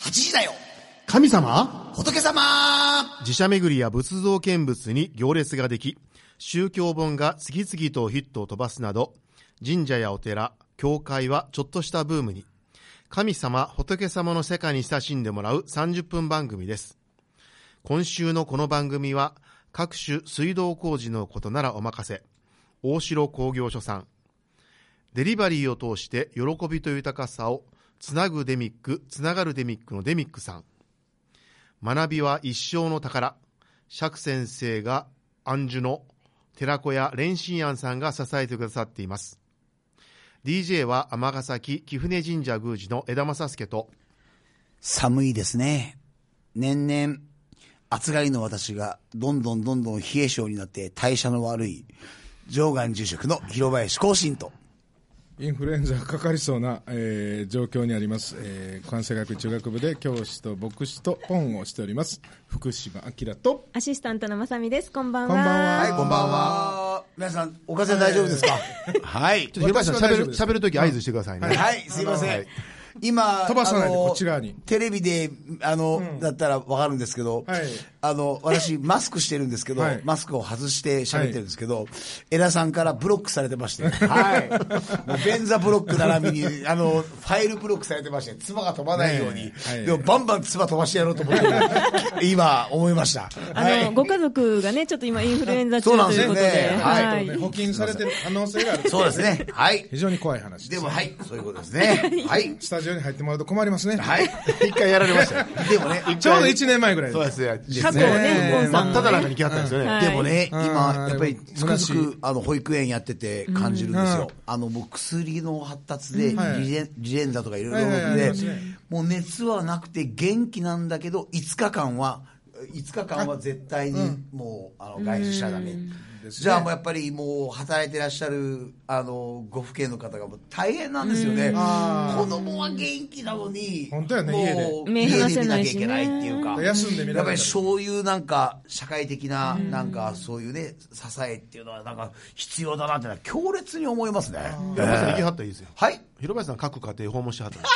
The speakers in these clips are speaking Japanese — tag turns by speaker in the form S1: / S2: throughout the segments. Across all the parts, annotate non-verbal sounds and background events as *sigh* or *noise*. S1: 8時だよ
S2: 神様
S1: 仏様
S2: 寺社巡りや仏像見物に行列ができ、宗教本が次々とヒットを飛ばすなど、神社やお寺、教会はちょっとしたブームに、神様、仏様の世界に親しんでもらう30分番組です。今週のこの番組は、各種水道工事のことならお任せ、大城工業所さん、デリバリーを通して喜びと豊かさをつなぐデミック、つながるデミックのデミックさん。学びは一生の宝。釈先生が安住の寺子屋蓮心庵さんが支えてくださっています。DJ は尼崎貴船神社宮司の枝正介と、
S3: 寒いですね。年々、暑がりの私が、どんどんどんどん冷え性になって代謝の悪い、上岸住職の広林浩信と、
S4: インフルエンザかかりそうな、えー状況にあります、えー関西学院中学部で教師と牧師と顧問をしております福島明と
S5: アシスタントのまさみです。こんばんは。
S4: こんばんは
S3: はい、こんばんは。皆さん、お風邪大丈夫ですか *laughs* はい。
S2: ちょっと広林さん
S4: 私は
S2: 喋
S4: 大丈夫
S2: る、
S4: です
S2: 喋るとき合図してくださいね。
S3: はい、すいません。今、
S4: 飛ばさないで
S3: あの
S4: こっち側に
S3: テレビで、あの、だったらわかるんですけど、
S4: はい
S3: あの、私、マスクしてるんですけど、
S4: はい
S3: マスクを外して喋ってるんですけど、エラさんからブロックされてまして、はい。もう便座ブロック並びに、あの、ファイルブロックされてまして、唾が飛ばないように、
S4: ねえはい
S3: でもバンバン唾飛ばしてやろうと思って、今、思いました。
S5: あの、ご家族がね、ちょっと今インフルエンザ中
S3: そうなん
S5: と
S3: です
S5: い
S3: ね
S5: うことで、
S3: はい
S4: あとね保菌されてる可能
S3: *laughs*
S4: 性がある
S3: そうですね。はい。
S4: 非常に怖い話で
S3: ですも、はい、そういうことですね。はい。
S4: スタジオに入ってもらうと困りますね、
S3: はい。
S2: 一回やられましたよ。
S3: でもね、
S4: ちょうど1年前ぐらい
S2: そう
S4: で
S2: ですすね。
S5: 過去をね、
S4: ね
S5: ゴンさ
S2: 真
S5: ん
S2: った
S5: も
S2: だ
S5: ね、
S2: 中に来はったんですよね。
S5: はい
S3: でもね、
S4: はい
S3: 今
S4: うん、
S3: やっぱりつくづ
S4: 虚し
S3: くあの保育園やってて感じるんですよ、あのもう薬の発達で、
S4: はい
S3: リレリレンザとかいろいろ
S4: はいはいはいあり
S3: で
S4: ますね、
S3: もう熱はなくて、元気なんだけど、5日間は、5日間は絶対にもう、あの外出しちゃだめ。じゃあもうやっぱりもう働いてらっしゃるあのご府県の方がもう大変なんですよね、子供は元気なのに、
S4: 本当やね
S3: もう
S4: 家で
S5: 目離せないしね
S3: 家で見なきゃいけないっていうか、
S4: 休んでみ
S3: やっ
S4: られ
S3: ぱ
S4: た
S3: り
S4: り
S3: そういうなんか社会的ななんかそういうね支えっていうのはなんか必要だなってのは強烈に思いますね。
S2: 広林さん行きはったらいいですよ。
S3: はい。
S2: 広林さん各家庭訪問してはったんで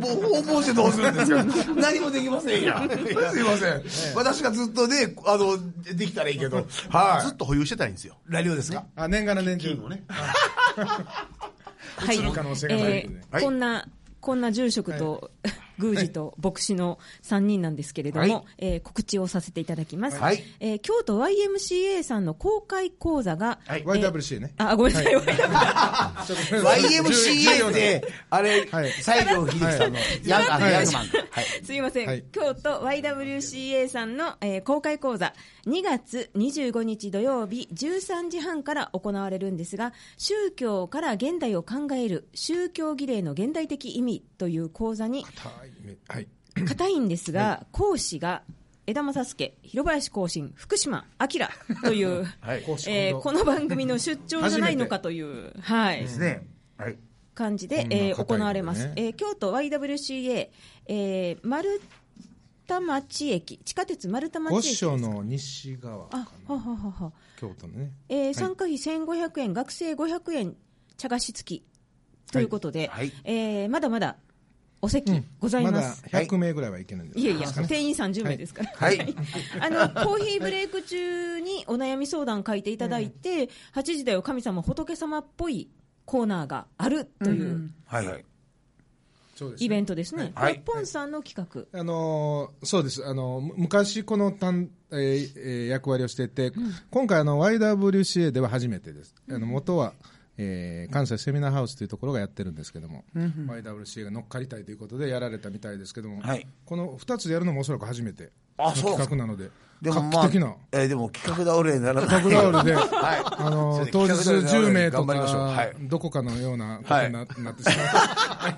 S3: もう訪問してどうするんですか *laughs* 何もできませんや
S4: *laughs*
S3: ん。すいません。私がずっとね、あの、できたらいいけど。
S2: ず
S3: は
S2: っと保有してたいんですよ。
S3: い。ラリオですか
S4: あ年がら年中
S2: 金をね。
S5: はい
S4: 映る可能性がないので
S5: えーこんな、こんな住職と、宮司と牧師の3人なんですけれども、
S3: はい
S5: えー告知をさせていただきます、
S3: はい
S5: えー京都 YMCA さんの公開講座が、
S3: はい
S4: YWC ね
S5: あごめんなさい、
S4: ちょっと
S3: YMCA って、あれ
S4: はい、
S3: 西城秀樹さんの
S4: は
S3: ヤングあの
S4: はい
S3: ヤングマンか。はい
S5: *laughs* すいません、
S4: はい
S5: 京都 YWCA さんの、えー公開講座2月25日土曜日13時半から行われるんですが宗教から現代を考える宗教儀礼の現代的意味という講座に
S4: はい
S5: 硬いんですが、講師が枝正介、広林浩信、福島明という、
S3: はい
S4: 講師
S5: えーこの番組の出張じゃないのかという、はい、
S3: ですね。はい。
S5: 感じで、
S4: んな
S5: えー
S4: 硬いのね
S5: 行われます、えー京都 YWCA、えー、丸太町駅地下鉄丸太町
S4: 五
S5: 駅
S4: 所の西側か
S5: あはは
S4: な
S5: はは、
S4: 京都のね
S5: えー参加費1500円学生500円茶菓子付きということで、
S3: はいはい
S5: えーまだまだお席ござい
S4: ま
S5: ま
S4: だ
S5: す、
S4: 100名ぐらいはいけないんです
S5: いやいや、定員30名ですから、
S3: はい
S5: あのコーヒーブレイク中にお悩み相談書いていただいて、8時だよ、神様、仏様っぽいコーナーがあるという
S3: はいはい。
S4: そうですね
S5: イベントですね、
S3: はい
S5: これポンさんの企画、
S4: あのーそうです、あのーむ昔、この担、えーえー役割をしてて、今回あの、YWCA では初めてです、あの元は、えー関西セミナーハウスというところがやってるんですけども、YWCA が乗っかりたいということでやられたみたいですけども、
S3: はい
S4: この2つでやるのもおそらく初めて
S3: あ
S4: の
S3: そう
S4: 企画なので、
S3: でもま
S4: 画
S3: あ
S4: 期的な。、
S3: えーでも企画倒れにならない。
S4: 企画倒れで、
S3: *laughs* はい
S4: あのー
S3: そ
S4: 当
S3: う
S4: 日
S3: ですね企画倒れ
S4: 10名と
S3: 頑張りましょうは
S4: か
S3: い、
S4: どこかのようなことにな,、なってしまう。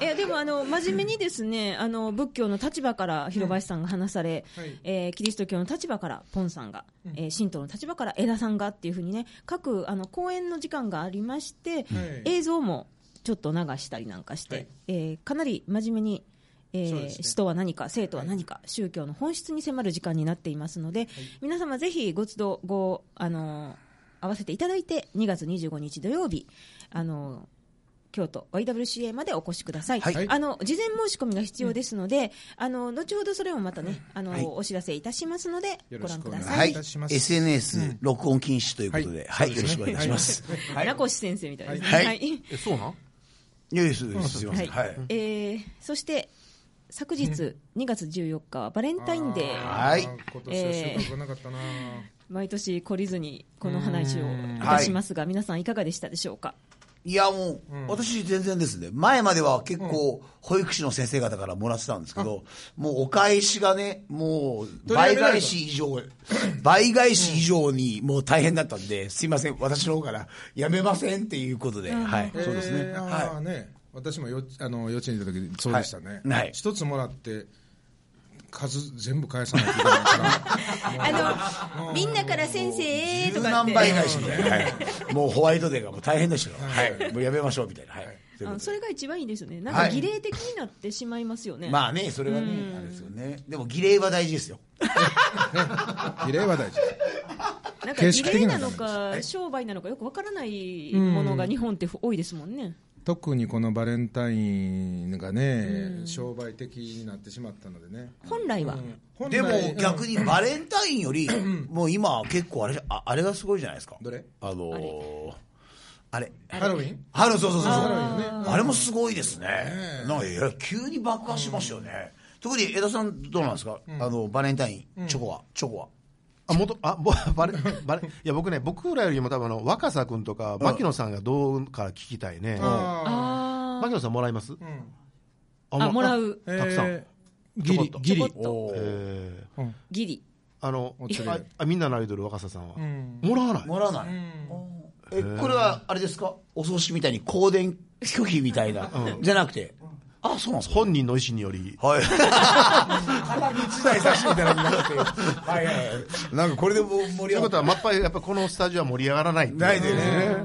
S5: いやでもあの真面目にですねあの仏教の立場から広林さんが話され、
S4: はい
S5: えーキリスト教の立場からポンさんが、えー神道の立場から枝さんがっていうふうにね各あの講演の時間がありまして、映像もちょっと流したりなんかして、
S4: はい
S5: えーかなり真面目に。えー
S4: そうですね
S5: 死とは何か生とは何か、宗教の本質に迫る時間になっていますので、皆様ぜひご都度ご、あのー合わせていただいて2月25日土曜日、あのー京都 YWCA までお越しください、
S3: はい
S5: あの事前申し込みが必要ですので、あの後ほどそれもまたねあの、
S3: はい
S5: お知らせいたしますので
S4: よ
S5: ご
S4: ろし
S5: 覧
S4: く
S5: く
S4: お
S5: だ
S4: 願い
S5: さい。
S3: は
S4: はい
S3: い、SNS 録音禁止ということで、はい、よろしくお願いします。
S4: はい
S5: 名越先生みたいですね。
S3: はい
S2: えそうなん
S3: よいしょですすいません。
S5: は
S3: はいい。
S5: えーそして昨日2月14日はバレンタインデー。
S3: はい
S4: あー今年は収穫がなかったな、
S5: 毎年懲りずにこの話をいたしますが、皆さんいかがでしたでしょうか。
S3: いや、もう、私全然ですね。前までは結構、保育士の先生方からもらってたんですけど、もうお返しがね、もう、
S4: 取り上
S3: 倍
S4: げられ
S3: 返
S4: た
S3: し以上、倍返し以上にもう大変だったんで、すいません、私の方からやめませんっていうことで、はい、そうですね。
S4: えーあ
S3: は
S4: ーね私もよあの幼稚園にいた時そうでしたね、
S3: はい
S4: 一つもらって数全部返さないといけないから
S5: あのみんなから先生
S3: い。
S5: へ
S3: 十
S5: とかっ
S3: 何
S5: て。
S3: 倍返しみたいな。はいもうホワイトデーがもう大変でしたから、はいい。もうやめましょうみたいな。はい。というこ
S5: あ
S3: とで
S5: それが一番いいですよね。なん
S3: は
S5: か
S3: い
S5: 儀礼的になってしまいますよ
S3: *laughs*
S5: ね。
S3: まあね、それはね、あれですよね。でも、儀礼は大事ですよ。
S4: 比例は大事
S5: なんか
S4: 形
S5: 儀
S4: 式的
S5: 礼
S4: な
S5: な
S4: の
S5: のか商売なのかよくわからないものが日本って多いですもんね。
S4: 特にこのバレンタインがね、商売的になってしまったのでね、
S5: 本来は、
S4: 本来
S3: でも
S4: うん
S3: 逆にバレンタインよ *clears throat* り、もう今結構あれ、ああれがすごいじゃないですか。
S4: どれ
S3: あのー、あれ。
S4: ハロウィン
S3: ハロそうそうそうそう。
S4: あー
S3: あれもすごいですね。なんかいや急に爆破しましたよね。特に江田さんどうなんですかあの、バレンタイン、チョコは、チョコは。
S2: あ元あぼバレバレいや僕ね僕らよりも多分あの若狭君とか牧野さんがどうか聞きたいね
S4: あ
S2: 牧野さんもらいますあ
S5: あもらう
S4: ー
S2: たくさん
S4: えーギリギ
S5: ちょ
S4: リ
S5: こっと
S3: おー
S2: えー
S5: ギリ。
S2: あの
S4: お釣り
S2: ああみんなのアイドル若狭さんは
S4: ん
S2: もらわない
S3: もらわない。おーえ、これはあれですかお葬式みたいに香典拒否みたいな。じゃなくて。あ、そうなんですか
S2: 本人の意思により
S3: はい。一台差しみたいなになって。はいはいはい。なんかこれでもう盛
S2: と
S3: り
S2: いう
S3: 上が
S2: こ
S3: っ
S2: とはまっぱりやっぱこのスタジオは盛り上がらないってう
S3: ないでね。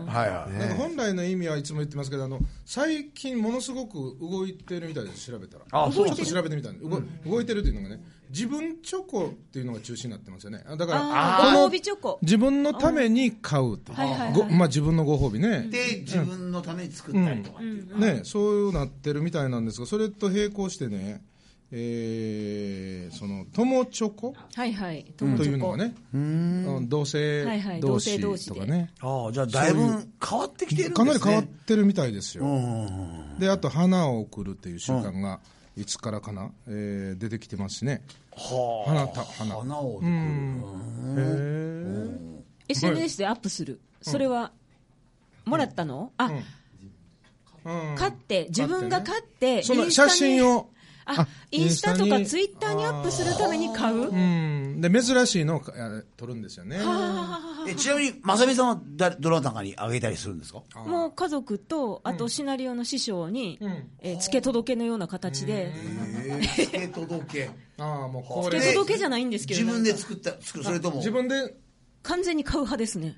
S3: はいはい。
S4: なんか本来の意味はいつも言ってますけどあの最近ものすごく動いてるみたいです調べたら
S3: あそう
S4: ちょっと調べてみたんで動,、動いてるっていうのがね自分チョコっていうのが中心になってますよねあだから
S5: あー
S4: こ
S5: ご
S4: の
S5: 褒美チョコ。
S4: 自分のために買うっていう
S5: はいはいはい
S4: ごまあ、自分のご褒美ね
S3: で自分のために作ったりとかっていう、
S4: ね、そうなってるみたいなんですが、それと並行してね、えーその友チョコ
S5: はいはい。
S4: というのがね、うん同
S5: はいはい
S4: 性同士とかね、
S3: ああじゃあだいぶ変わってきてるんですね
S4: かなり変わってるみたいですよ、
S3: うん
S4: であと花を贈るっていう習慣が、いつからかな、えー出てきてますしね、
S3: は
S4: 花た花
S3: あ花を作る、
S5: SNS でアップする。それはもらったの？あ、
S4: うん
S5: 買って自分が買って
S4: その
S5: インスタ
S4: 写
S5: に
S4: 真を、
S5: あインスタと
S4: イ
S5: か
S4: ンスタ
S5: ツ
S4: に
S5: イッターにアップするために買う
S4: うん、で珍しいのをあ撮るんですよね。
S3: えちなみにまさみさんはだどなたかにあげたりするんですか
S5: もう家族とあとシナリオの師匠に、
S4: ん
S5: えー付け届けのような形
S3: え
S5: で、
S3: え付け届け
S4: ああもうこ
S5: 付
S4: れ
S5: け届けじゃないんですけど
S3: 自分で
S5: なんか
S3: 作った作るそれとも
S4: 自分で
S5: 完全に買う派ですね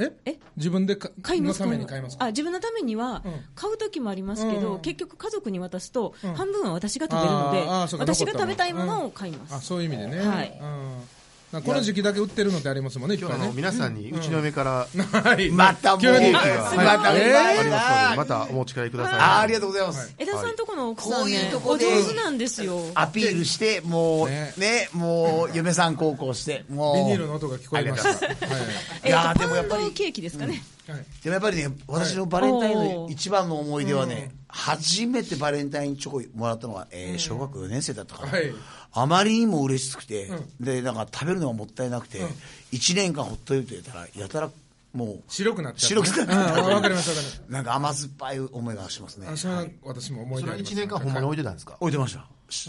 S4: え
S5: え
S4: 自分でか
S5: 買います
S4: のために買いますか
S5: あ自分のためには
S4: うん
S5: 買う時もありますけど、
S4: うん
S5: 結局家族に渡すと半分は私が食べるので、
S4: あーあーそうか
S5: 私が
S4: 残ったの
S5: 食べたいものを買いま
S4: あ
S5: す、
S4: そういう意味でね、
S5: はい
S4: うん、なんかこの時期だけ売ってるのってありますもんね、いっ
S2: 今日
S4: ぱ
S2: あ
S4: い
S2: の
S4: ね。
S2: 皆さんにうちの嫁から
S4: *laughs* はい
S3: またもう
S4: 急に
S3: ま
S4: はい
S3: た
S4: え
S2: ありますのでま
S3: また
S2: たお持ち帰りください
S3: あありがとうございます、
S5: 枝さんとこの奥さん
S3: こうい
S5: ね
S3: うと、こ
S5: お
S3: で
S5: 上手なんですよ
S3: アピールしてもうね
S4: ね
S3: もう嫁さん高校してもう
S4: ビニールの音が聞こえました。はい
S5: えー
S3: い
S5: と
S3: やーでもやっぱり
S5: パウンドケーキですかね、
S3: でもやっぱりね、私のバレンタインの
S5: おー
S3: 一番の思い出はね、初めてバレンタインチョコもらったのは、えー小学4年生だったから、
S4: はい
S3: あまりにも嬉しくて、で、なんか食べるのがもったいなくて、1年間ほっといてたら、やたらもう、
S4: 白くなっちゃ
S3: 白
S4: う。
S3: くなっち
S4: うん
S3: ゃった
S4: あわかりますわかり
S3: なんか甘酸っぱい思いがしますね
S4: ま。す。あそれは私も思い
S2: それ
S4: 出
S2: は
S4: あります。
S2: 1年間ほんまに置いてたんですか
S3: 置いてました。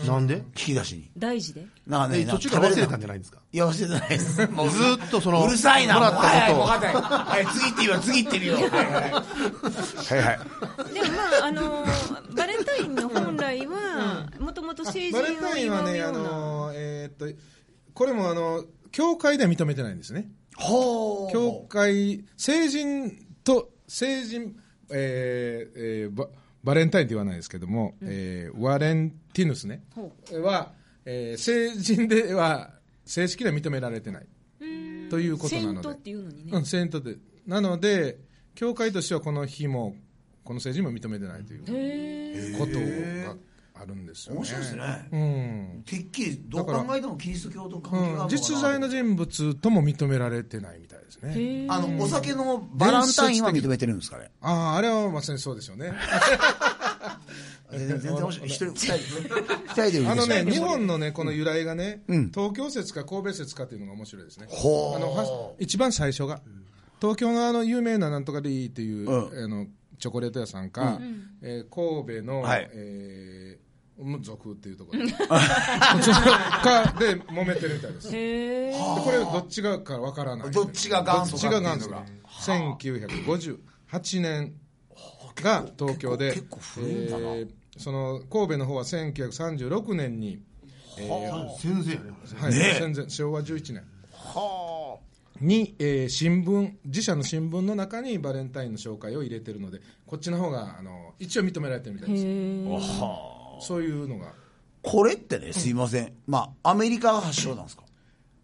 S2: なんで
S3: 引き出しに。
S5: 大事で
S3: なんかね、
S2: え途中から忘れたんじゃないんですか
S3: いや、忘れてないです。 *laughs* もう
S2: ずーっとその
S3: うるさいな、
S2: もらったことを
S3: もうはいはい、分かったはい、次行ってみよう、次行ってみよう。はいはいはいはい。
S5: でもまあ、あ
S4: *laughs*
S5: のーバレンタインの本来は、もともと成人
S4: バレン
S5: を
S4: タインは
S5: 祝う
S4: ね、
S5: よ
S4: あ
S5: うな。
S4: のーえーっと、これもあの、教会では認めてないんですね。
S3: ほう。
S4: 教会、成人と、成人、えーえーババレンタインって言わないですけども、えーワレンティヌスね、は、えー成人では正式には認められてないということ
S5: セイ
S4: な
S5: ン
S4: の
S5: トっ
S4: で
S5: て、いうのに
S4: う
S5: ね
S4: ん、。セイントで、なので、教会としてはこの日も、この政治も認めてないという
S5: へえ
S4: ことがあるんですよね。
S3: 面白いですね
S4: うん
S3: てっきりどう考えてもキリスト教と関係があるのかな、
S4: うん、実在の人物とも認められてないみたいですね。
S3: あのお酒のバランタインは認めてるんですかね
S4: ああ、あれはまさにそうですよね。
S3: 全然全然面白い一人二人二人で売り
S4: あのね、
S3: ま
S4: 日
S3: した
S4: 本のね、この由来がね、
S3: ん
S4: 東京説か神戸説かっていうのが面白いですね。
S3: ほう
S4: あのは一番最初が、東京のあの有名ななんとかでいいっていう、
S3: う
S4: あのチョコレート屋さんか、えー神戸の、
S3: はい
S4: えーうん族っていうとこ
S3: *laughs*
S4: ろで *laughs* そっかで揉めてるみたいです。で
S5: へえ
S4: これどっちがかわからない。
S3: どっちが元祖かっていうのが
S4: どっちが元祖か1958年が東京で
S3: 結構結構古いんだな
S4: えーその神戸の方は1936年に、
S2: 全然やね
S4: はい戦前昭和11年に、えー新聞自社の新聞の中にバレンタインの紹介を入れてるのでこっちの方があの一応認められてるみたいですそういうのが
S3: これってねすいませんまあアメリカが発祥なんですか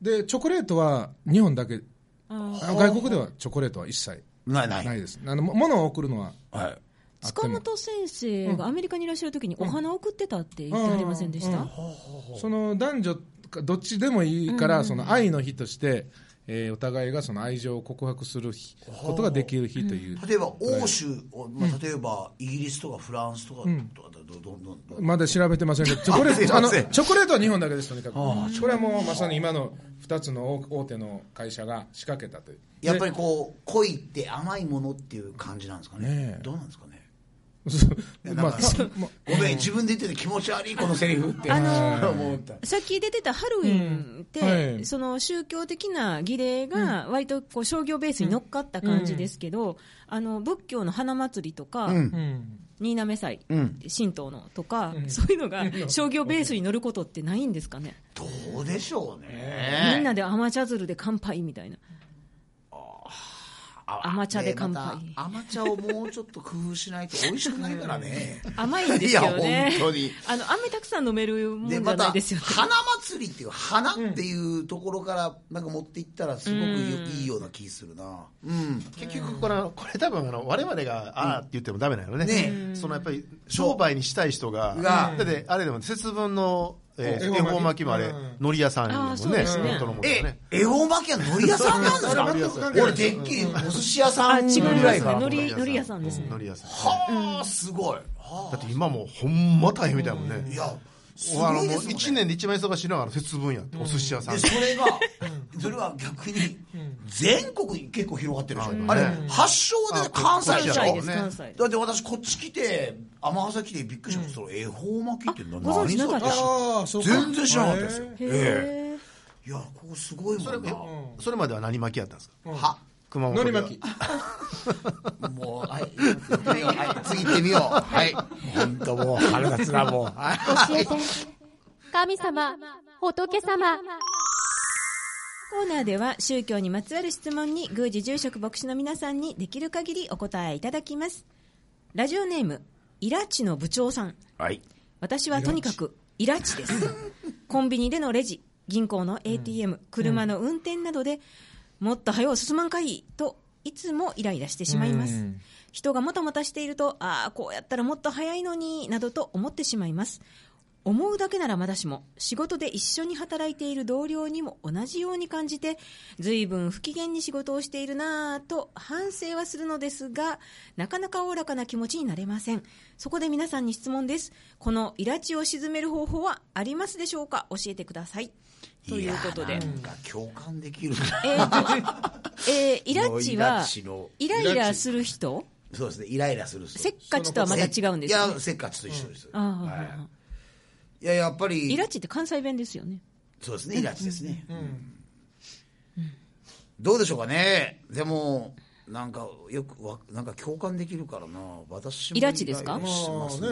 S4: でチョコレートは日本だけあの外国ではチョコレートは一切
S3: ないない
S4: ないです、あのも物を送るのは
S3: はい
S4: あって
S5: 塚
S4: も
S5: 本先生がアメリカにいらっしゃる時にお花を送ってたって言ってありませんでした、
S4: その男女かどっちでもいいから、その愛の日として、えーお互いがその愛情を告白する日ことができる日という、
S3: 例えば欧州を、まあ、例えばイギリスとかフランスとかとかだとどどんどんどん
S4: まだ調べてませんけど、チョコレ
S3: *laughs* あすい
S4: ート、あ
S3: ま
S4: の、
S3: せん
S4: チョコレートは日本だけです、とにかく。これはもうまさに今の2つの大大手の会社が仕掛けた
S3: *laughs*
S4: という。
S3: やっぱりこう恋って甘いものっていう感じなんですかね
S4: ねえ
S3: どうなんですかね
S4: でまあ、たま
S3: ごめん自分で言ってて気持ち悪いこのセリフって
S5: あの
S3: *laughs* 思った
S5: さっき出てたハロウィンって、
S4: うんはい
S5: その宗教的な儀礼が割とこう商業ベースに乗っかった感じですけど、あの仏教の花祭りとか、
S4: うん
S5: 新滑祭、
S3: ん
S5: 神道のとか、そういうのが商業ベースに乗ることってないんですかね、
S3: どうでしょう
S5: みん
S3: ね
S5: なで甘茶鶴で乾杯みたいな、
S3: あ
S5: 甘茶で乾杯
S3: ねまた甘茶をもうちょっと工夫しないと美味しくないからね
S5: *laughs* 甘いんですよね、
S3: いや本当に
S5: あの雨たくさん飲めるもんじ
S3: で
S5: ゃ
S3: ま
S5: な
S3: た
S5: いですよね。
S3: 花祭りっていう花っていうところからなんか持っていったらすごくよいいような気するなうん
S2: 結局これこれ多分あの我々がああって言ってもダメなのね,、
S3: ね
S2: そのやっぱり商売にしたい人が
S3: うん
S2: だってあれでも節分の、えー
S4: うん
S2: 恵方巻きもあれ
S4: うん
S2: 海苔屋さんや
S5: あー
S2: も
S5: そ
S2: ん
S5: う
S2: ね
S5: ですね
S2: 本当のもの
S3: え
S2: ね、
S3: 恵方巻きは海苔屋さんな
S2: *laughs*
S3: んです
S4: うん
S3: か俺、てっきりお寿司屋さ
S5: あ
S3: ん
S5: 違います
S3: ぐ
S5: ね
S3: らいか
S5: 海
S3: な。
S5: 苔海苔屋さんですね
S2: う海苔屋さん
S3: はあ、すごい。は
S2: だって今もうほんま大変みたいなもんね、
S3: あいや、す
S2: あの
S3: ごい
S2: もう
S3: ですもんね
S2: 1年で一番忙しいのがあの節分やって、お寿司屋さん
S3: で、それが、それは逆に、全国に結構広がってるでし
S2: うん
S3: ょ。あれ、発祥でね
S2: あ
S3: 関西でし
S5: 関
S3: ょ
S5: 西です、
S2: ね
S5: 関西
S3: だって私こっち来て、天崎来てびっくりしました。その恵方巻きって何
S5: ご存知なかった
S3: 何それ
S4: ああ、そうか。
S3: 全然知らなかったですよ。ええ
S5: へ
S3: いや、ここすごいも
S2: それ
S3: んな。
S2: えそれまでは何巻きやったんですか
S3: は、
S2: 熊本
S4: の
S2: で
S4: り
S2: は
S4: 巻き。
S3: もう、はい、行ってみようはい、次行ってみよう。はい。本当もう、腹立つな、もう。
S1: 教えて。神様、仏様。
S5: コーナーでは宗教にまつわる質問に宮司住職牧師の皆さんにできる限りお答えいただきますラジオネームイラチの部長さん
S3: はい。
S5: 私はとにかくイラチです *laughs* コンビニでのレジ銀行の ATM、車の運転などでもっと早う進まんかいといつもイライラしてしまいます、
S4: うん
S5: 人がもたもたしているとああこうやったらもっと早いのになどと思ってしまいます思うだけならまだしも仕事で一緒に働いている同僚にも同じように感じて随分不機嫌に仕事をしているなぁと反省はするのですがなかなかおおらかな気持ちになれませんそこで皆さんに質問ですこのイラチを鎮める方法はありますでしょうか教えてくださいということで
S3: やなんか共感できる。
S5: えーとえーイラチ
S3: イラ
S5: は
S3: チの
S5: イライラする人
S3: そうですね、イライラする人。
S5: せっかちとはまた違うんですよ、
S3: い
S5: ね
S3: や、せっかちと一緒です。
S5: ああはいはい
S3: は
S5: はい
S3: いや、やっぱり、
S5: イラチって関西弁ですよね。
S3: そうですね、イラチですね。うんどうでしょうかね。でも、なんか、よくわ、なんか共感できるからな。私も
S5: イラチですか
S3: イライラしてます
S4: ま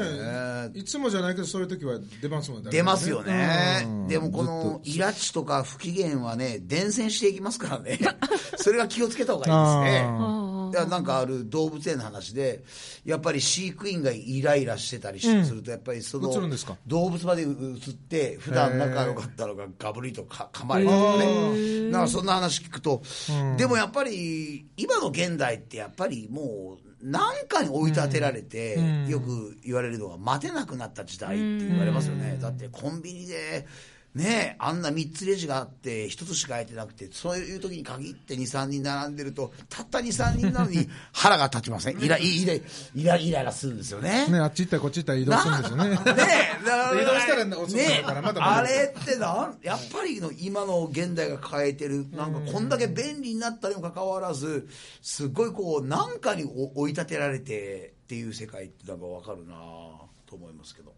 S4: あ
S3: ね
S4: ね、。いつもじゃないけど、そういう時は出ますもんね。
S3: 出ますよね
S4: うん。
S3: でもこのイラチとか不機嫌はね、伝染していきますからね。 *laughs* それは気をつけた方がいいです
S4: あ
S3: ね。いやなんかある動物園の話で、やっぱり飼育員がイライラしてたりしすると、やっぱりその
S4: 映るんですか
S3: 動物まで映って、普段仲良かったのがガブリとか噛まれたとかね、なんかそんな話聞くと、でもやっぱり、今の現代って、やっぱりもう、なんかに追い立てられて、
S4: うん
S3: よく言われるのが待てなくなった時代って言われますよね、だってコンビニで、ねえ、あんな3つレジがあって1つしか空いてなくてそういう時に限って23人並んでるとたった23人なのに腹が立ちませんイライライライライラするんですよね。
S4: ね、あっち行ったりこっち行ったり移動するん
S3: *laughs*
S4: ですよね。
S3: ねえ、だ
S4: *laughs*
S3: から
S4: 移動したらね遅くなるからまだまだ
S3: あれってなん、やっぱりの今の現代が変えてる、なんかこんだけ便利になったにもかかわらず、すごいこう、なんかにお追い立てられてっていう世界ってなんかわかるなと思いますけど。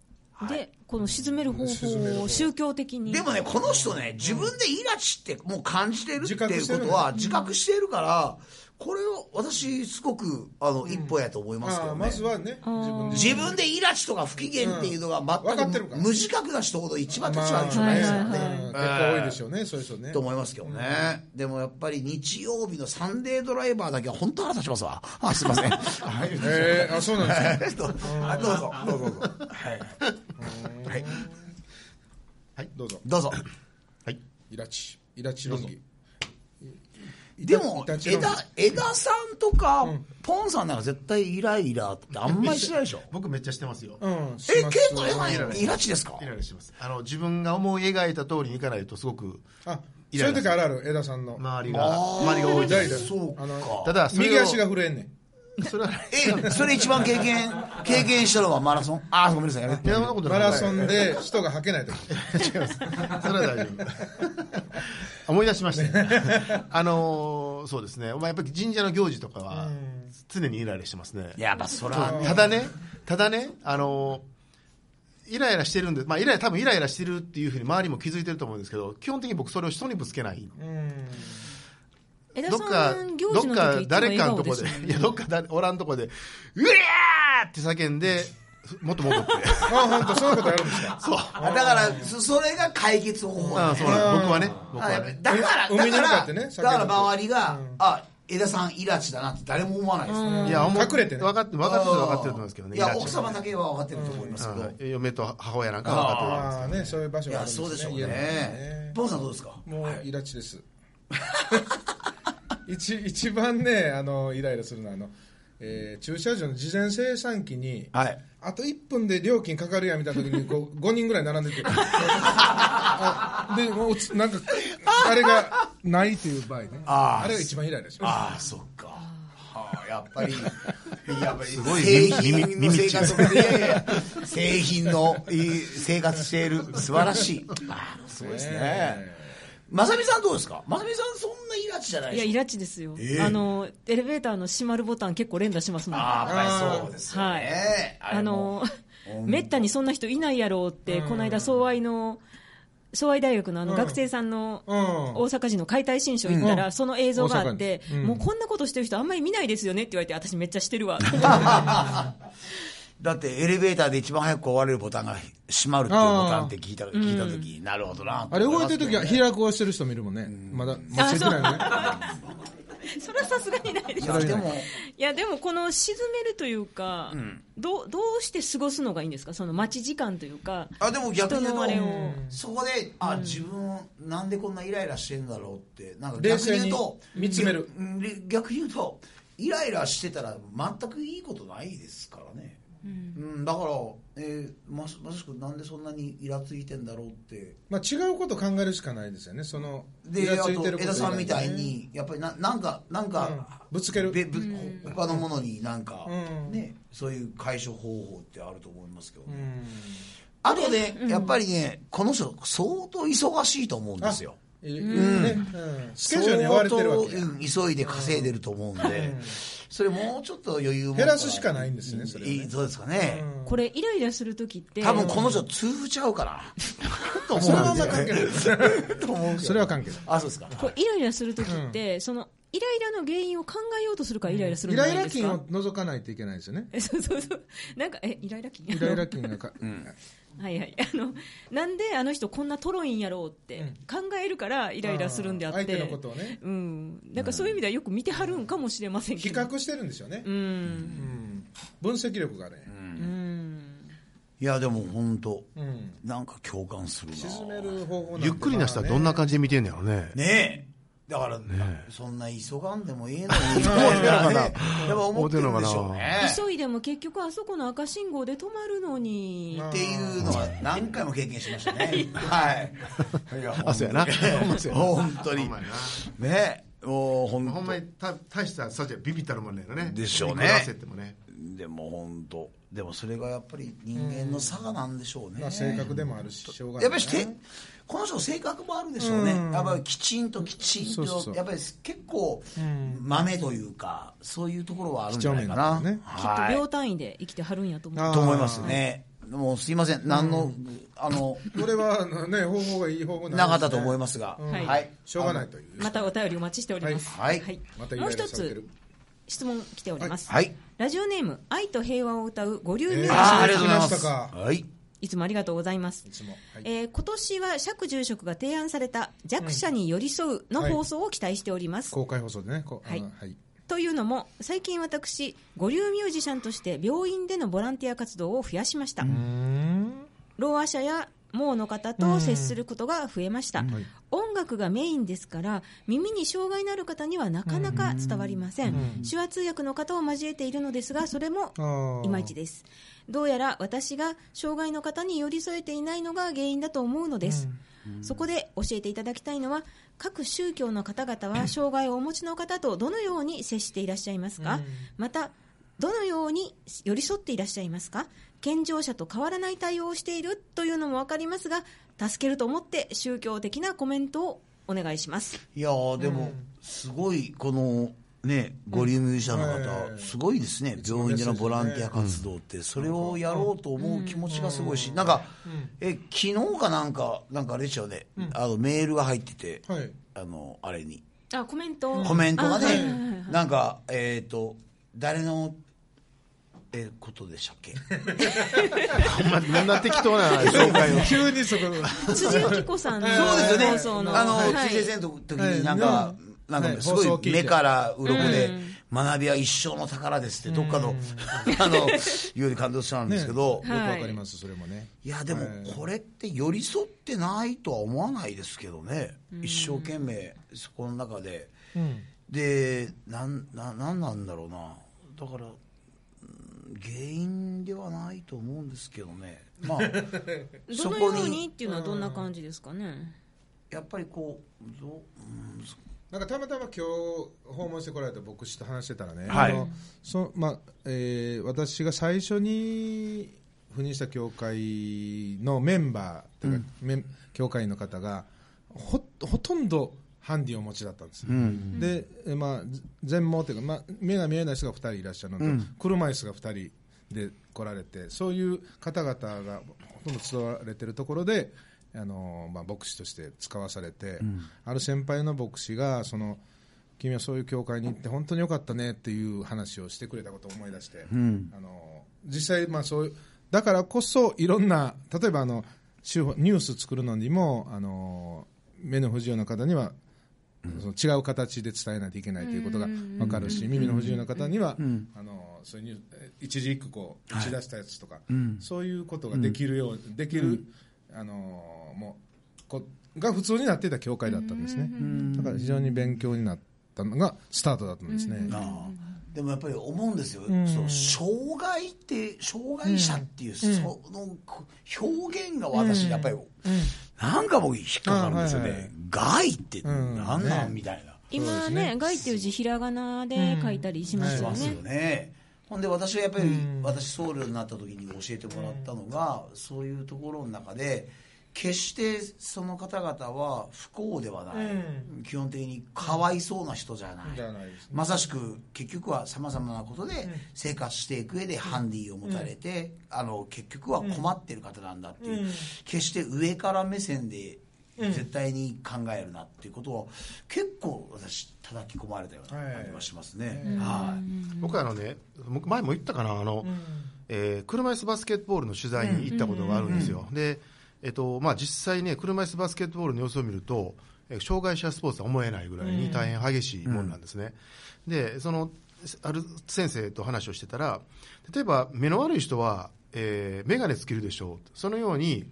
S5: でこの沈める方法を宗教的に
S3: でもね、この人ね、自分でイラチってもう感じてるって
S4: 自覚
S3: いう
S4: してる
S3: ことは自覚しているから、これを私、すごく、あの、一歩やと思いますけ
S4: ま
S3: ど
S4: あ、
S3: ね。
S4: まずはね、自分で。
S3: 自分でイラチとか不機嫌っていうのが
S4: 分かって
S3: 全
S4: る
S3: く
S4: から
S3: 無自覚な人ほど一番立ち悪いじゃ
S4: ま
S3: な
S4: あ
S3: い
S4: ね
S3: です
S5: は
S3: か
S5: い
S3: ね
S4: うん結構多い
S5: はいはい。
S4: でしょうね、そういう人ね
S3: と。思いますけどね、でもやっぱり日曜日のサンデードライバーだけは本当腹立ちますわあすいませんはい
S4: えー、あ、そうなんですか。
S3: えっとあどうぞどうぞどうぞはい、はい、
S4: はい、どうぞ。
S3: どうぞ
S2: はい。
S4: イラチ、イラチ論議。
S3: でも
S4: イタチ
S3: 江
S4: 論議
S3: 田江田さんとか、ポンさんなんか絶対イライラってあんまりしないでしょ
S2: 僕めっちゃしてますよ。
S4: うん、し
S3: え
S4: ます
S3: 結構江
S2: イ
S3: 田
S2: ラ
S3: さ
S2: イラ
S3: んイラチですか
S2: イライラしてます。あの、自分が思い描いた通りにいかないとすごく
S4: あ、
S2: イ
S4: そ
S2: ラ
S4: うい
S2: イラ
S4: う
S2: す
S4: 時
S2: る
S4: あるある、枝さんの。
S2: 周りが、周りが多い
S4: 代
S2: で
S4: 々
S2: す。
S3: そうか
S4: あの
S2: ただ、それを
S4: 右足が震えんねん。
S2: そ *laughs* れは、
S3: えそれ一番経験経験したのはマラソンあごめんなさいやめ
S2: い
S3: て
S2: やそんなことな
S4: マ
S2: い
S4: ラソンで人が吐けない時。
S2: 違います。それは大丈夫。 *laughs* 思い出しましたね。あのーそうですね。まあ、やっぱり神社の行事とかは常にイライラしてますね。
S3: やっぱそらね
S2: ただね、ただね、あのーイライラしてるんで、まあ、イライラ、多分イライラしてるっていうふうに周りも気づいてると思うんですけど、基本的に僕それを人にぶつけない。
S4: うん。
S5: 江
S2: ど
S5: 田
S2: っか
S5: さん、行
S2: ど
S5: 事
S2: っ
S5: の
S2: か
S5: 時いつも
S2: 誰
S5: 笑
S2: かのと
S5: 顔で
S2: こ
S5: す
S2: で
S5: よ、ね
S2: いや、どっかだおらんとこで、うりゃーって叫んで、もっとも *laughs* っとって。
S4: あ、本当そういうことやるんで
S2: *laughs*
S4: すか。
S2: そう。
S3: あだからそそれが解決方法
S2: ああ、そうなの僕はね、僕は
S3: はい
S2: ね。
S3: だから、
S4: 海
S3: だ
S4: に向か
S3: か
S4: って
S3: ら、
S4: ね
S3: だ
S4: 叫ぶ
S3: から周りが、あ、江田さんイラチだなって誰も思わないですね。
S2: いや、思う
S4: 隠れてね
S2: 分かって、分かってる人は分かってると思うんですけどね。
S3: いや、
S2: ラチ
S3: 奥様だけは分かってると思いますけど。
S2: うん嫁と母親なんかは分かってると思うんですけど。
S4: ああ、ね、そういう場所
S3: い
S4: があ
S3: や、
S4: るんです
S3: そうでしょう
S4: 家の
S3: ね。ポンさんどうですか
S4: もうイラチです。 *laughs* 一一番ねあのイライラするのはあの、えー駐車場の事前生産機に、
S3: はい。
S4: あと1分で料金かかるやんみたいな時にこ
S3: *laughs*
S4: う5人ぐらい並んでてあでもうつなんかあれがないという場合ね
S3: あ
S4: あ
S3: ー
S4: れが一番イライラします
S3: ああ、そっか。はあ、やっ *laughs* ぱり。やっぱり
S2: ごい
S3: 製
S2: 耳
S3: 品
S2: 耳
S3: の生活をいやいやいや *laughs* 製品のいい生活している素晴らしいああそうですねまさみさんどうですかまさみさんそんなイラチじゃない
S5: い
S3: で
S5: や、
S3: しょ
S5: イラチですよ、
S3: ええ
S5: あの、エレベーターの閉まるボタン、結構連打しますもん。
S3: ああやっぱりそうですよね
S5: あ
S3: れも
S5: のめったにそんな人いないやろうって、この間、総愛の。総愛大学のあの学生さんの
S4: うん
S5: 大阪人の解体新書行った
S4: う
S5: ら、
S4: ん
S5: その映像があって
S4: 大阪、に
S5: もうこんなことしてる人、あんまり見ないですよねって言われて、私、めっちゃしてるわって思って
S3: だってエレベーターで一番早く壊れるボタンが閉まるっていうボタンって聞いた聞いた時なるほどな
S4: あれ動いてる時
S3: は
S4: は開くをしてる人もいるもんねまだ持ちてないのね
S5: それはさすがにないでしょ
S3: いやでも
S5: いやでもこの沈めるというか、どうどうして過ごすのがいいんですかその待ち時間というか
S3: あでも逆に言う
S5: 人のあれを
S3: とそこであ自分なんでこんなイライラしてんだろうってなんか
S4: 冷
S3: 逆に
S4: 静
S3: 言う
S4: に
S3: と
S4: 見つめる
S3: うんで逆に言うとイライラしてたら全くいいことないですからねうんだからえーまさまさしくなんでそんなにイラついてんだろうって
S4: まあ違うこと考えるしかないですよねそのイ
S3: で、
S4: ラ
S3: あ
S4: つ
S3: と
S4: いてること
S3: 江田さんみたい
S4: 以外ね
S3: に、やっぱりななんか、なんか、
S4: うんぶつける
S3: べぶ他のものになんか、
S4: うん
S3: ね、そういう解消方法ってあると思いますけど
S4: う
S3: ね。
S4: ん
S3: あとね、やっぱりね、この人、相当忙しいと思うんですよ。
S4: いねうんスケジュールに追われてるわけ
S3: 相当うん急いで稼いでると思うんで、それもうちょっと余裕を持った
S4: 減
S3: ら
S4: らすしかないんですねそれはね
S3: いいそうですかね。
S5: これイライラする時って
S3: 多分この人痛風ちゃうかな
S4: *laughs*
S3: と思
S4: それは
S3: う
S4: あ
S3: ん
S4: ん
S3: でよ
S4: ます関係
S3: ね
S4: ない。
S3: と思うけど
S4: それは関係ない
S3: あそうですか
S5: これイライラする時って、そのイライラの原因を考えようとするからイライラするん
S4: イ
S5: じゃ
S4: ラ
S5: な
S4: イ
S5: い
S4: ラ
S5: です
S4: 菌
S5: か、
S4: を除かないといけないですよね
S5: え *laughs* そうそうそうなんかえイライラ菌
S4: イライラ菌がか、
S5: *laughs* はいはいあのなんであの人こんなとろいんやろうって考えるからイライラするんであって
S4: 相手のことをね
S5: うんなんかそういう意味ではよく見てはるんかもしれませんけ
S4: 比
S5: ど
S4: 較してるんですよね、
S5: うん
S4: うん分析力がね、
S5: うん
S3: いやでも本当、
S4: ん
S3: なんか共感するな
S4: 沈める方法なんて
S2: ゆっくりな人はどんな感じで見てんのやろね。
S3: ねえだから、そんな急がんでもいいのに、 *laughs* みたいなね、やっぱ思ってるんでしょうね。
S5: 急いでも結局あそこの赤信号で止まるのに。
S3: っていうのは何回も経験しました
S2: *laughs*
S3: ね。はい。いや
S2: あそうやなほんまそうやな
S3: 本当に
S6: ほんまや。
S3: ね、もう本
S6: ほんま
S3: 当
S6: にた大したさじゃビビったるもんねやろね
S3: でしょうね
S6: 見下せてもね
S3: でも本当。でもそれがやっぱり人間の差なんでしょうね。
S4: まあ、性格でもあるし、しょうがない
S3: やっぱりして、この人の性格もあるでしょうね、やっぱりきちんときちんと、
S4: そうそうそう
S3: やっぱり結構、豆というか、そういうところはあるんじゃないかな、
S4: 几帳面だね
S5: きっと
S3: はい
S5: 秒単位で生きてはるんやと思う。
S4: あ
S3: と思いますね、もうすいません、何の、あの
S4: これはあのね、方法がいい方法
S3: なかったと思い
S4: ま
S3: ますが、
S5: はい
S3: はい、
S4: しょうがないという。
S5: またお便りお待ちしております。
S3: はい
S4: またイ
S5: も
S4: ラ
S5: う
S4: イラ
S5: 一
S4: されてる
S5: つ質問来ております。
S3: はい、
S5: ラジオネーム愛と平和を歌う五流ミュージ
S4: えー
S5: ア
S3: あーあ
S5: ム
S3: りがとうございま
S4: 来まし
S3: す、
S4: たか
S3: はい、
S5: いつもありがとうございます。
S4: つもはい
S5: えー今年は釈住職が提案された弱者に寄り添うの放送を期待しております。
S4: 公開放送でね、こうあの
S5: はい
S4: はい。
S5: というのも、最近私、五流ミュージシャンとして病院でのボランティア活動を増やしました。老和者や盲の方と接することが増えました、音楽がメインですから耳に障害のある方にはなかなか伝わりません、手話通訳の方を交えているのですがそれも
S4: あー
S5: いまいちですどうやら私が障害の方に寄り添えていないのが原因だと思うのです、そこで教えていただきたいのは各宗教の方々は障害をお持ちの方とどのように接していらっしゃいますか、またどのように寄り添っていらっしゃいますか健常者と変わらない対応をしているというのも分かりますが助けると思って宗教的なコメントをお願いします
S3: いやー、でも、すごい、このね、ゴリューム医者の方、
S4: うん
S3: すごいですね、病院でのボランティア活動って、それをやろうと思う気持ちがすごいし、なんか、え昨日かなんか、なんかあれですよね、あのメールが入ってて、
S4: はい。
S3: あのあれに、
S5: あコメント
S3: コメントが
S5: あはいはいはい
S3: ね、なんか、えっ、と、誰の、えことでしたっけ
S2: ほんまこんな適当な紹介を
S4: 急にそこ、
S5: 辻幸子さんの
S3: そうですよね
S5: 放送の
S3: あの、
S5: はい
S3: 辻先生の時になんか、
S4: はい
S3: なん
S4: はい
S3: かす
S4: 放送
S3: ご
S4: を聞い
S3: い目
S4: て
S3: から鱗で、学びは一生の宝ですって、どっかの、 *laughs* あの、言うように感動したんですけど、
S4: よくわかります、それもね。
S3: いや、でもこれって寄り添ってないとは思わないですけどね、一生懸命、そこの中で。で、なん、な、なんなんだろうな。だから、うん原因ではないと思うんですけどね。まあ、
S5: どのようにっていうのはどんな感じですかね
S3: やっぱりこう、どううん
S4: なんかたまたま今日訪問してこられた牧師と話してたらね、
S3: はい
S4: あのそまあえー私が最初に赴任した教会のメンバーというか、メン教会員の方がほほとんどハンディをお持ちだったんですよ、で、えーまあ、ぜ全盲というか、まあ、目が見えない人が2人いらっしゃるので、車椅子が2人で来られてそういう方々がほとんど集われてるところであの、まあ、牧師として使わされて、ある先輩の牧師がその君はそういう教会に行って本当によかったねっていう話をしてくれたことを思い出して、あの実際、まあ、そういうだからこそいろんな例えばあの週ニュース作るのにもあの目の不自由な方にはその違う形で伝えないといけないということが分かるし、耳の不自由な方には、あのそういうニューえ一字一句こう打ち出したやつとか、そういうことができるよう、できる、あのもうこが普通になっていた教会だったんですね、だから非常に勉強になったのがスタートだったんですね。
S3: ああでもやっぱり思うんですよ、その障害って、障害者っていう、そのこ表現が私、やっぱり、なんか僕、引っかかるんですよね、
S4: あは
S3: 害
S4: い
S3: って、
S4: ん
S3: なんなん、みたいな、
S5: 今ね「害」っていう字ひらがなで書いたりしますよ
S3: ます
S5: ね
S3: よね。ほんで私はやっぱり、私、僧侶になった時に教えてもらったのが、そういうところの中で、決してその方々は不幸ではない、基本的にかわいそうな人じゃない、
S4: じゃないですね
S3: まさしく結局はさまざまなことで生活していく上でハンディを持たれて、あの結局は困ってる方なんだっていう、決して上から目線で絶対に考えるなっていうことを結構私叩き込まれたような感じがしますね。はい
S2: 僕あのね僕前も言ったかなあの、えー車椅子バスケットボールの取材に行ったことがあるんですよ、で、えっとまあ、実際ね車椅子バスケットボールの様子を見るとえー障害者スポーツとは思えないぐらいに大変激しいもんなんですね、でそのある先生と話をしてたら例えば目の悪い人は、えー、眼鏡つけるでしょうそのように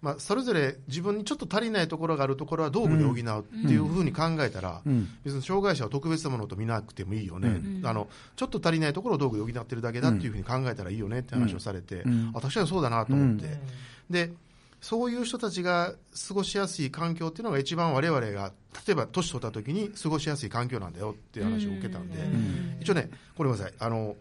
S2: まあ、それぞれ自分にちょっと足りないところがあるところは道具で補うっていうふうに考えたら、別に障害者は特別なものと見なくてもいいよね、あのちょっと足りないところを道具で補ってるだけだっていうふうに考えたらいいよねって話をされて、あ確かにそうだなと思って、でそういう人たちが過ごしやすい環境っていうのが一番我々が例えば年取った時に過ごしやすい環境なんだよっていう話を受けたんで、一応ねこれごめんなさいあの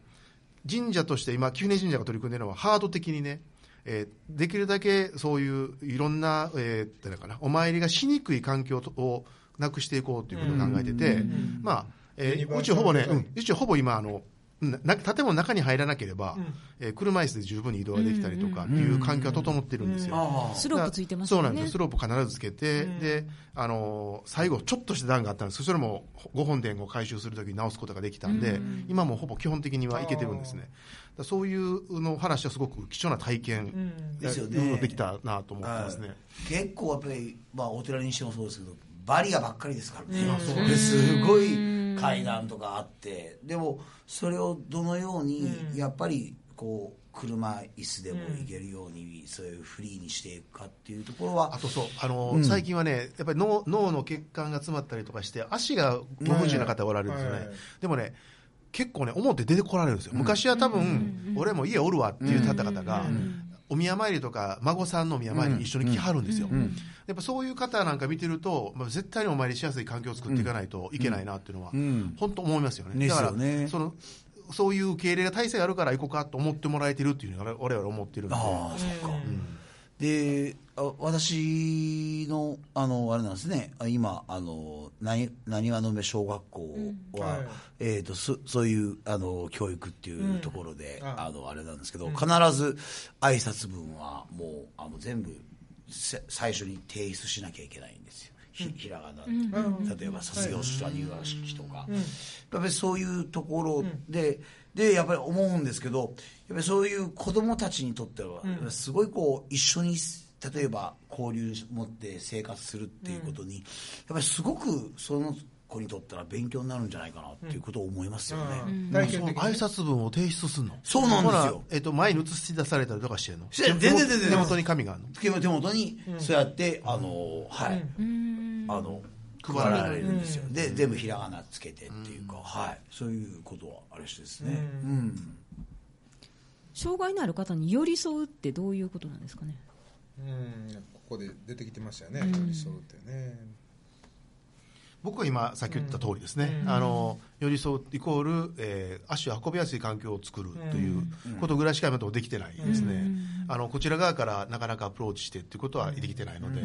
S2: 神社として今、九年神社が取り組んでいるのは、ハード的にね、えーできるだけそういういろんな、えー、ってのかな、お参りがしにくい環境とをなくしていこうということを考えてて、まあ、えーうちほぼね、うんうちほぼ今あの、なな建物の中に入らなければ、えー車椅子で十分に移動ができたりとかっていう環境は整ってるんですよ。
S3: あ
S5: スロープついてますよね
S2: そうなんですスロープ必ずつけて、であのー最後ちょっとした段があったんですそれもご本殿を回収するときに直すことができたんで、今もうほぼ基本的にはいけてるんですねだからそういうの話はすごく貴重な体験
S3: あですよね
S2: できたなと思ってますね、
S3: 結構やっぱり、まあ、お寺にしてもそうですけどバリアばっかりですからね、ですごい階段とかあってでもそれをどのようにやっぱりこう車椅子でも行けるように、そういうフリーにしていくかっていうところは
S2: あとそう、あのー最近はね、やっぱり脳脳の血管が詰まったりとかして、足が無不自由な方がおられるんですよね、
S4: はい
S2: でもね、結構ね、思って出てこられるんですよ、昔は多分、俺も家おるわっていう方々が、お宮参りとか、孫さんのお宮参りに一緒に来はるんですよ、やっぱそういう方なんか見てると、まあ、絶対にお参りしやすい環境を作っていかないといけないなっていうのは、
S3: ん
S2: 本当思いますよね。
S3: ですよね
S2: だからそのそういう受け入れが体制があるから行こうかと思ってもらえてるっていうのが我々は思ってるんで
S3: ああそっか、であ私のあのあれなんですねあ今あのなに何わの目小学校は、
S4: はい
S3: えー、とそそういうあの教育っていうところで、あのあれなんですけど、必ず挨拶文はもうあの全部せ最初に提出しなきゃいけないんですよひひらがな、例えば卒業式とか入学式とか、やっぱりそういうところで、でやっぱり思うんですけどやっぱりそういう子供たちにとっては、すごいこう一緒に例えば交流を持って生活するっていうことに、やっぱりすごくその子にとったら勉強になるんじゃないかなっていうことを思いますよね。
S4: 体
S2: そ
S4: 験
S2: の
S4: 的
S2: 挨拶文を提出するの
S3: そうなんですよ
S2: ほらえっと、前に映し出されたりとかしてんの
S3: して全然全然全然
S2: 手元に紙があるの
S3: 手元にそうやって、あのはい、あの配られるんですよ、で全部ひらがなつけてっていうか、はいそういうことはあれですね、うん
S5: 障害のある方に寄り添うってどういうことなんですかね。
S4: うんここで出てきてましたよね、寄り添うってね。
S2: 僕は今さっき言った通りですね、あの寄り添うイコール、えー足を運びやすい環境を作るということぐらいしか今のところできてないですね、あのこちら側からなかなかアプローチしてっていうことはできてないので、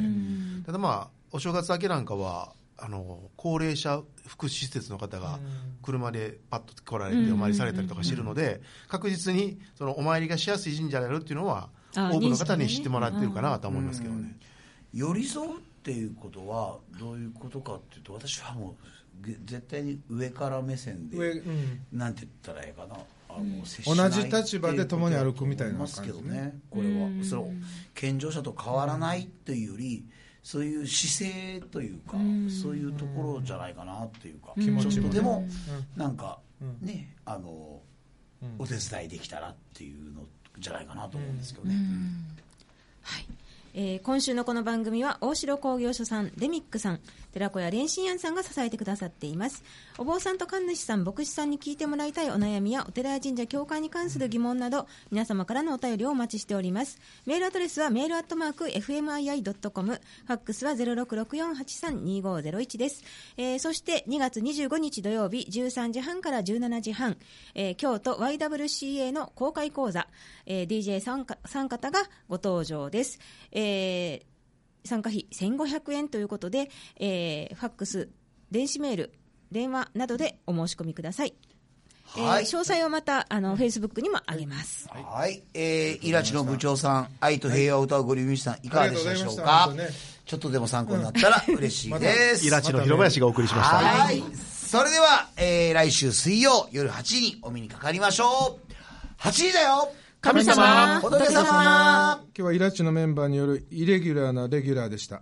S2: ただまあお正月明けなんかはあの高齢者福祉施設の方が車でパッと来られてお参りされたりとかしてるので確実にそのお参りがしやすい神社であるっていうのは
S5: あ
S2: 多くの方
S5: 認識でね
S2: に知ってもらってるかなと思いますけどね。
S3: 寄り添うっていうことはどういうことかっていうと私はもうげ絶対に上から目線で、
S4: 上うん
S3: なんて言ったらいいかなあの接しない
S4: 同じ立場で共に歩くみたいな感じ
S3: っていうことだと思いますけどねこれはその健常者と変わらないというよりそういう姿勢というかそういうところじゃないかなっていうか
S4: 気持ちもね
S3: ちょっとでもなんかねあのお手伝いできたらっていうのじゃないかなと思うんですけどね。
S5: えー今週のこの番組は大城工業所さん、レミックさん、寺子屋蓮心庵さんが支えてくださっています。お坊さんと神主さん、牧師さんに聞いてもらいたいお悩みやお寺や神社、教会に関する疑問など、皆様からのお便りをお待ちしております。メールアドレスはメールアットマーク fmii.com、ファックスは0664832501です。えーそして2月25日土曜日13時半から17時半、えー京都 YWCA の公開講座、えー DJ 参加参加方がご登場です。えー参加費1500円ということで、えーファックス、電子メール、電話などでお申し込みください。
S3: は
S5: えー
S3: い
S5: 詳細はまた、あの、Facebook にもあげます。
S3: はい、えー、イラチの部長さん、愛と平和を歌うごリミさん、いかがでしたでしょう
S4: あ
S3: か
S4: りがとうございました本。
S3: ちょっとでも参考になったら嬉しいです。
S2: イラチの広林がお送りしました。
S3: はい。それでは、えー、来週水曜夜8時にお目にかかりましょう。8時だよ
S5: 神様
S3: 仏様
S4: 今日はイラッチのメンバーによるイレギュラーなレギュラーでした。